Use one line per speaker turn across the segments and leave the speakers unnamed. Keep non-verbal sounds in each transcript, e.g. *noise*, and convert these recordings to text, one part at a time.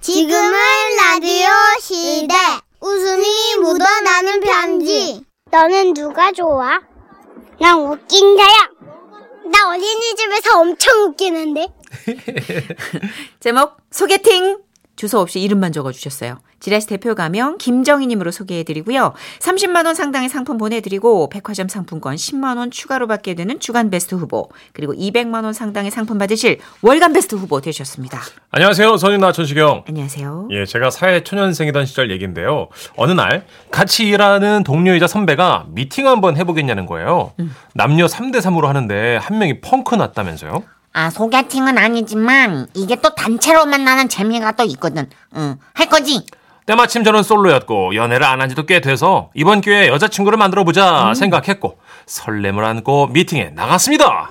지금은 라디오 시대. 웃음이 묻어나는 편지. 너는 누가 좋아? 난 웃긴 자야. 나 어린이집에서 엄청 웃기는데.
제목 소개팅 주소 없이 이름만 적어주셨어요. 지라시 대표 가명 김정희님으로 소개해드리고요. 30만 원 상당의 상품 보내드리고 백화점 상품권 10만 원 추가로 받게 되는 주간 베스트 후보 그리고 200만 원 상당의 상품 받으실 월간 베스트 후보 되셨습니다.
안녕하세요. 선인나 천식영.
안녕하세요.
예, 제가 사회 초년생이던 시절 얘기인데요. 어느 날 같이 일하는 동료이자 선배가 미팅 한번 해보겠냐는 거예요. 남녀 3대 3으로 하는데 한 명이 펑크 났다면서요?
아, 소개팅은 아니지만 이게 또 단체로 만나는 재미가 또 있거든. 응, 할 거지?
때마침 저는 솔로였고 연애를 안 한 지도 꽤 돼서 이번 기회에 여자친구를 만들어 보자 생각했고 설렘을 안고 미팅에 나갔습니다.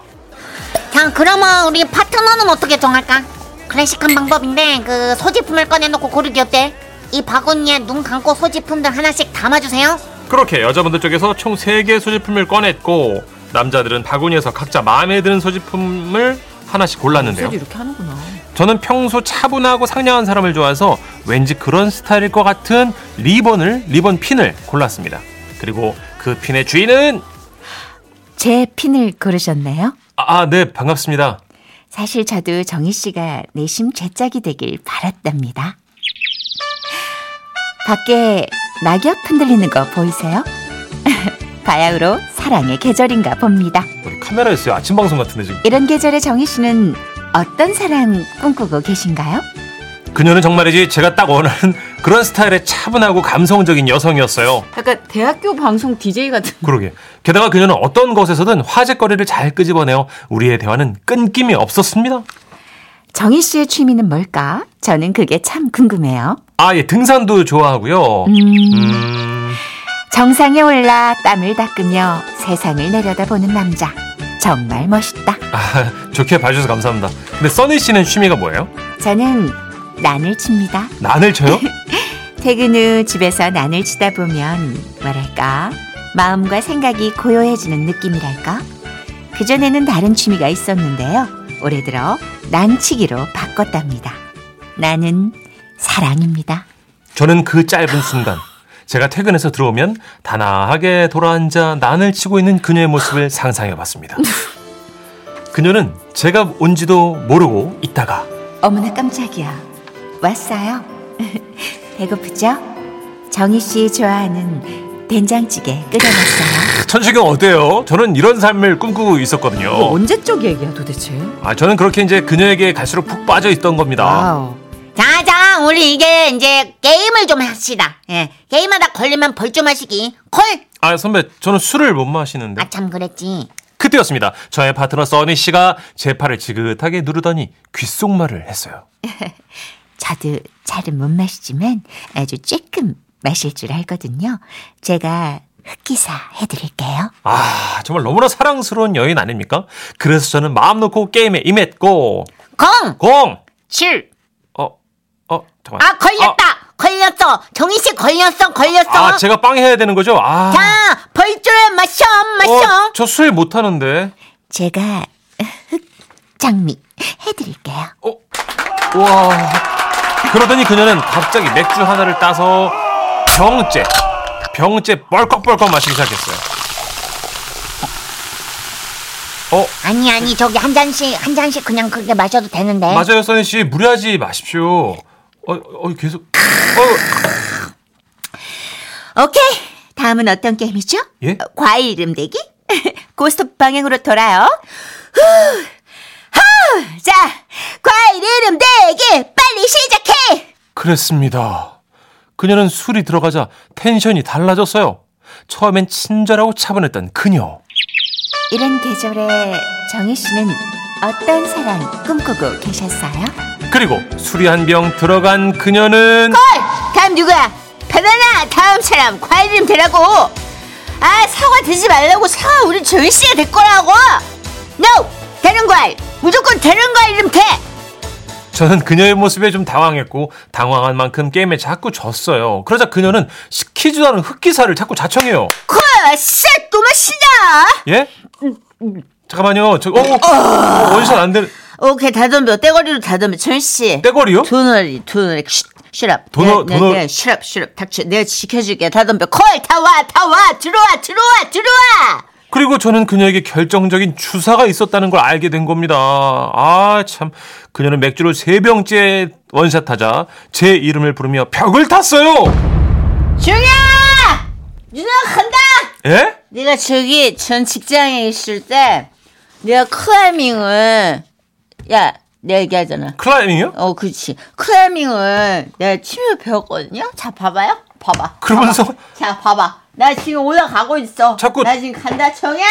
자, 그러면 우리 파트너는 어떻게 정할까? 클래식한 방법인데 그 소지품을 꺼내놓고 고르기 어때? 이 바구니에 눈 감고 소지품들 하나씩 담아주세요.
그렇게 여자분들 쪽에서 총 3개의 소지품을 꺼냈고 남자들은 바구니에서 각자 마음에 드는 소지품을 하나씩 골랐는데요.
소주 이렇게 하는구나.
저는 평소 차분하고 상냥한 사람을 좋아해서 왠지 그런 스타일일 것 같은 리본을 리본 핀을 골랐습니다. 그리고 그 핀의 주인은
제 핀을 고르셨나요?
아, 아, 네, 반갑습니다.
사실 저도 정희 씨가 내심 제 짝이 되길 바랐답니다. 밖에 낙엽 흔들리는 거 보이세요? *laughs* 바야흐로 사랑의 계절인가 봅니다.
우리 카메라였어요. 아침 방송 같은데 지금.
이런 계절에 정희 씨는 어떤 사랑 꿈꾸고 계신가요?
그녀는 정말이지 제가 딱 원하는 *laughs* 그런 스타일의 차분하고 감성적인 여성이었어요.
약간 대학교 방송 DJ 같은.
그러게. 게다가 그녀는 어떤 것에서든 화제거리를 잘 끄집어내어 우리의 대화는 끊김이 없었습니다.
정희 씨의 취미는 뭘까? 저는 그게 참 궁금해요.
아, 예, 등산도 좋아하고요.
음,
음,
정상에 올라 땀을 닦으며 세상을 내려다보는 남자. 정말 멋있다.
아, 좋게 봐주셔서 감사합니다. 근데 써니 씨는 취미가 뭐예요?
저는 난을 칩니다.
난을 쳐요?
퇴근 후 집에서 난을 치다 보면 뭐랄까 마음과 생각이 고요해지는 느낌이랄까 그전에는 다른 취미가 있었는데요 올해 들어 난치기로 바꿨답니다 나는 사랑입니다
저는 그 짧은 순간 제가 퇴근해서 들어오면 단아하게 돌아앉아 난을 치고 있는 그녀의 모습을 상상해봤습니다. 그녀는 제가 온지도 모르고 있다가
어머나 깜짝이야 왔어요 *laughs* 배고프죠? 정희 씨 좋아하는 된장찌개 끓여놨어요
천식형 어때요? 저는 이런 삶을 꿈꾸고 있었거든요.
어. 언제적 얘기야 도대체
아 저는 그렇게 이제 그녀에게 갈수록 푹 빠져 있던 겁니다.
자, 자, 우리 이게 이제 게임을 좀 합시다. 예, 게임하다 걸리면 벌 좀 하시기. 콜!
아 선배 저는 술을 못 마시는데
아, 참 그랬지.
그때였습니다. 저의 파트너 써니 씨가 제 팔을 지긋하게 누르더니 귓속말을 했어요.
저도 잘은 못 마시지만 아주 조금 마실 줄 알거든요. 제가 흑기사 해드릴게요.
아 정말 너무나 사랑스러운 여인 아닙니까? 그래서 저는 마음 놓고 게임에 임했고
공!
공!
칠!
어, 어, 잠깐만.
아, 걸렸다! 걸렸어! 정희씨 걸렸어, 걸렸어!
아, 아, 제가 빵 해야 되는 거죠? 아.
자, 벌줄 마셔, 마셔!
어, 저술 못하는데.
제가 흑장미 해드릴게요.
어, 우와. 그러더니 그녀는 갑자기 맥주 하나를 따서 병째, 병째 뻘꺽뻘꺽 마시기 시작했어요. 어,
아니, 아니, 저기 한 잔씩, 한 잔씩 그냥 그렇게 마셔도 되는데.
맞아요, 써니 씨. 무리하지 마십시오. 어, 어, 계속. 어,
오케이. 다음은 어떤 게임이죠?
예?
어, 과일 이름 대기? *laughs* 고스톱 방향으로 돌아요. 후, 하, 자, 과일 이름 대기 빨리 시작해.
그랬습니다. 그녀는 술이 들어가자 텐션이 달라졌어요. 처음엔 친절하고 차분했던 그녀.
이런 계절에 정희 씨는 어떤 사랑 꿈꾸고 계셨어요?
그리고 술이 한 병 들어간 그녀는
다음 누구야? 바나나 아, 다음 사람 과일 이름 대라고 아 사과 되지 말라고 사과 우리 조희 씨가 될 거라고 NO 되는 과일 무조건 되는 과일 이름 대
저는 그녀의 모습에 좀 당황했고 당황한 만큼 게임에 자꾸 졌어요. 그러자 그녀는 시키지도 않은 흑기사를 자꾸 자청해요.
콜쎄 또마시다
예? 잠깐만요. 저 어, 어, 어, 원샷 안 되는.
오케이 다덤벼 떼거리로 다덤벼 철씨
떼거리요?
도널이 도널이 쉬랍
도널,
네,
도널.
쉬랍 쉬랍 닥쳐 내가 지켜줄게 다덤벼 콜 다와 다와 들어와 들어와 들어와
그리고 저는 그녀에게 결정적인 주사가 있었다는 걸 알게 된 겁니다. 아, 참. 그녀는 맥주를 세 병째 원샷 하자 제 이름을 부르며 벽을 탔어요!
조용히 누나 간다
예?
내가 저기 전 직장에 있을 때 내가 클라이밍을 야 내가 얘기하잖아
클라이밍이요?
어 그렇지 클라이밍을 내가 취미로 배웠거든요 자 봐봐요 봐봐
그러면서
자 봐봐 나 지금 올라가고 있어
자꾸-
나 지금 간다 정이야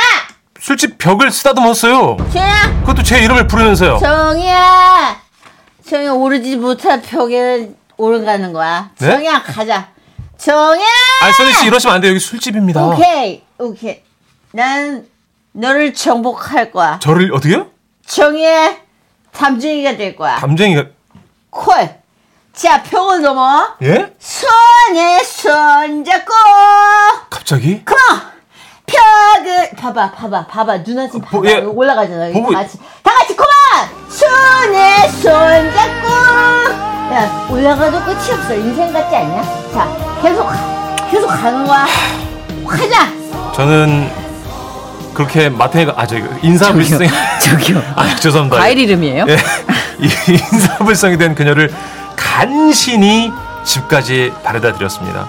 술집 벽을 쓰다듬었어요.
정이야
그것도 제 이름을 부르면서요.
정이야 정이 오르지 못한 벽에 오르가는 거야
네?
정이야 가자 정이야
아, 써니씨 이러시면 안 돼요. 여기 술집입니다.
오케이 오케이 난 너를 정복할 거야
저를 어떻게요?
정의의 담쟁이가 될 거야.
담쟁이가
콜. 자, 평을 넘어.
예?
손에 손잡고.
갑자기?
컴온! 벽을. 봐봐, 봐봐, 봐봐. 누나 지금 봐봐.
보- 예.
올라가잖아. 여기
보고
다 같이. 다 같이 컴온! 손에 손잡고. 야, 올라가도 끝이 없어. 인생 같지 않냐? 자, 계속, 가- 계속 가는 거야. 가자!
저는 그렇게 마태가 아 저기 인사불성
저기요.
아 죄송합니다.
과일 이름이에요?
*laughs* 예. 이 인사불성이 된 그녀를 간신히 집까지 바래다 드렸습니다.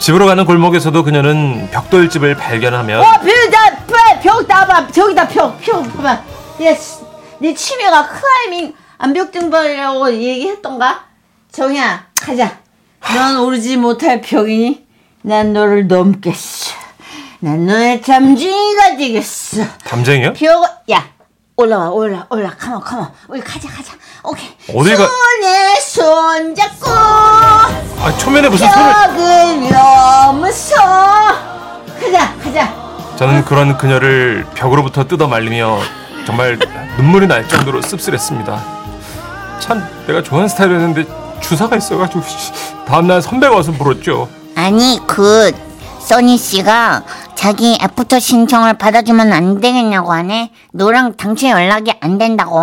집으로 가는 골목에서도 그녀는 벽돌집을 발견하면
어, 벽다, 벽 나봐. 저기다 벽, 벽 봐봐. 내, 치- 내 취미가 클라이밍 암벽 등반이라고 얘기했던가? 정이야, 가자. 넌 오르지 못할 벽이니 난 너를 넘겠어. 난 너의 잠진이가 되겠어.
담쟁이요?
벽, 야, 올라와, 올라, 올라. 가만, 가만. 우리 가자, 가자. 오케이.
어디 가-
손에 손 잡고
아 초면에 무슨 손을
벽을 넘어서 가자, 가자.
저는 그런 그녀를 벽으로부터 뜯어 말리며 정말 눈물이 날 정도로 씁쓸했습니다. 참 내가 좋아하는 스타일이었는데 주사가 있어가지고 *laughs* 다음날 선배가 와서 물었죠.
아니 그 써니 씨가 자기 애프터 신청을 받아주면 안 되겠냐고 하네. 너랑 당최 연락이 안 된다고.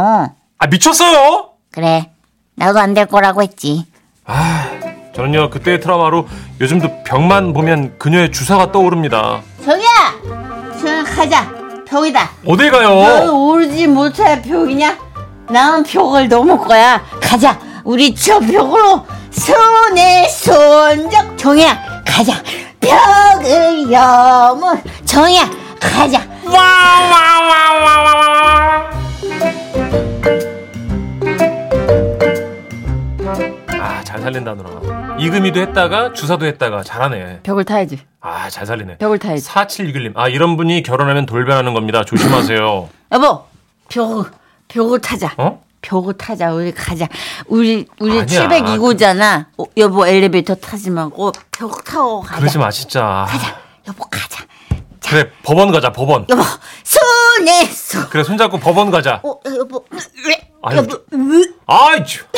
아 미쳤어요?
그래. 나도 안 될 거라고 했지.
저는요 그때의 트라우마로 요즘도 벽만 보면 그녀의 주사가 떠오릅니다.
저기야! 저는 가자. 벽이다.
어딜
넌
가요? 아,
오르지 못할 벽이냐? 나는 벽을 넘을 거야. 가자. 우리 저 벽으로 손에 손잡. 정이야, 가자. 벽을 넘어. 정이야, 가자.
아 잘 살린다 누나. 이금이도 했다가 주사도 했다가 잘하네.
벽을 타야지.
아 잘 살리네.
벽을 타야지.
4761님 아 이런 분이 결혼하면 돌변하는 겁니다. 조심하세요.
여보, 벽, 벽을 타자.
어?
벽을 타자. 우리 가자. 우리, 우리
아니야.
702호잖아. 여보, 엘리베이터 타지 말고 벽 타고 가자.
그러지 마 진짜.
여보, 가자.
그래 법원 가자 법원.
여보, 손에 손.
그래 손잡고 법원 가자.
어, 여보, 왜?
아유,
여보,
저- 아이 쭈. *laughs*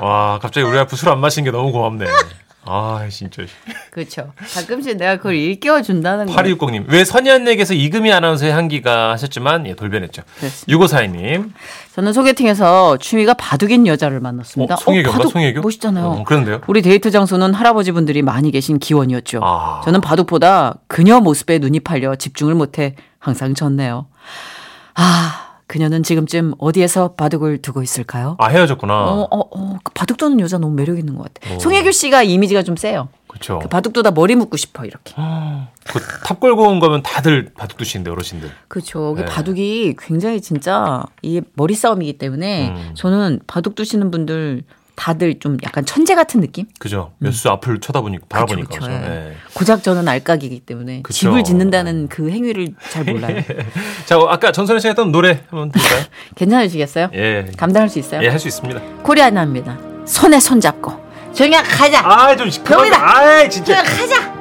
와 갑자기 우리 와이프 술안 마신 게 너무 고맙네. 아 진짜.
그렇죠. 가끔씩 내가 그걸 일깨워 준다는 거.
8260님, 왜 선희 언니에게서 이금희 아나운서의 한기가 하셨지만, 예, 돌변했죠.
그렇습니다.
6542님,
저는 소개팅에서 취미가 바둑인 여자를 만났습니다.
어, 송혜교인가?
바둑
송혜교?
멋있잖아요.
어, 그런데요?
우리 데이트 장소는 할아버지분들이 많이 계신 기원이었죠.
아.
저는 바둑보다 그녀 모습에 눈이 팔려 집중을 못해 항상 졌네요. 아, 그녀는 지금쯤 어디에서 바둑을 두고 있을까요?
아, 헤어졌구나.
어, 어, 어, 그 바둑 두는 여자 너무 매력 있는 것 같아.
어.
송혜교 씨가 이미지가 좀 세요.
그쵸.
그 바둑 두다 머리 묶고 싶어 이렇게.
그, 탑 걸고 온 거면 다들 바둑 두시는데, 어르신들.
그렇죠. 이게
네.
바둑이 굉장히 진짜 이 머리 싸움이기 때문에
음.
저는 바둑 두시는 분들 다들 좀 약간 천재 같은 느낌?
그죠. 몇 수 앞을 쳐다보니까, 바라보니까.
음. 그쵸,
그죠.
그쵸.
예.
고작 저는 알까기이기 때문에
그쵸.
집을 짓는다는 그 행위를 잘
*laughs*
몰라요.
자, 어, 아까 전선희 씨가 했던 노래 한번 볼까요?
괜찮으시겠어요?
예.
감당할 수 있어요?
예, 할 수 있습니다.
코리아나입니다. 손에 손잡고
정이야, 가자.
아, 좀,
병이다.
아, 진짜.
가자.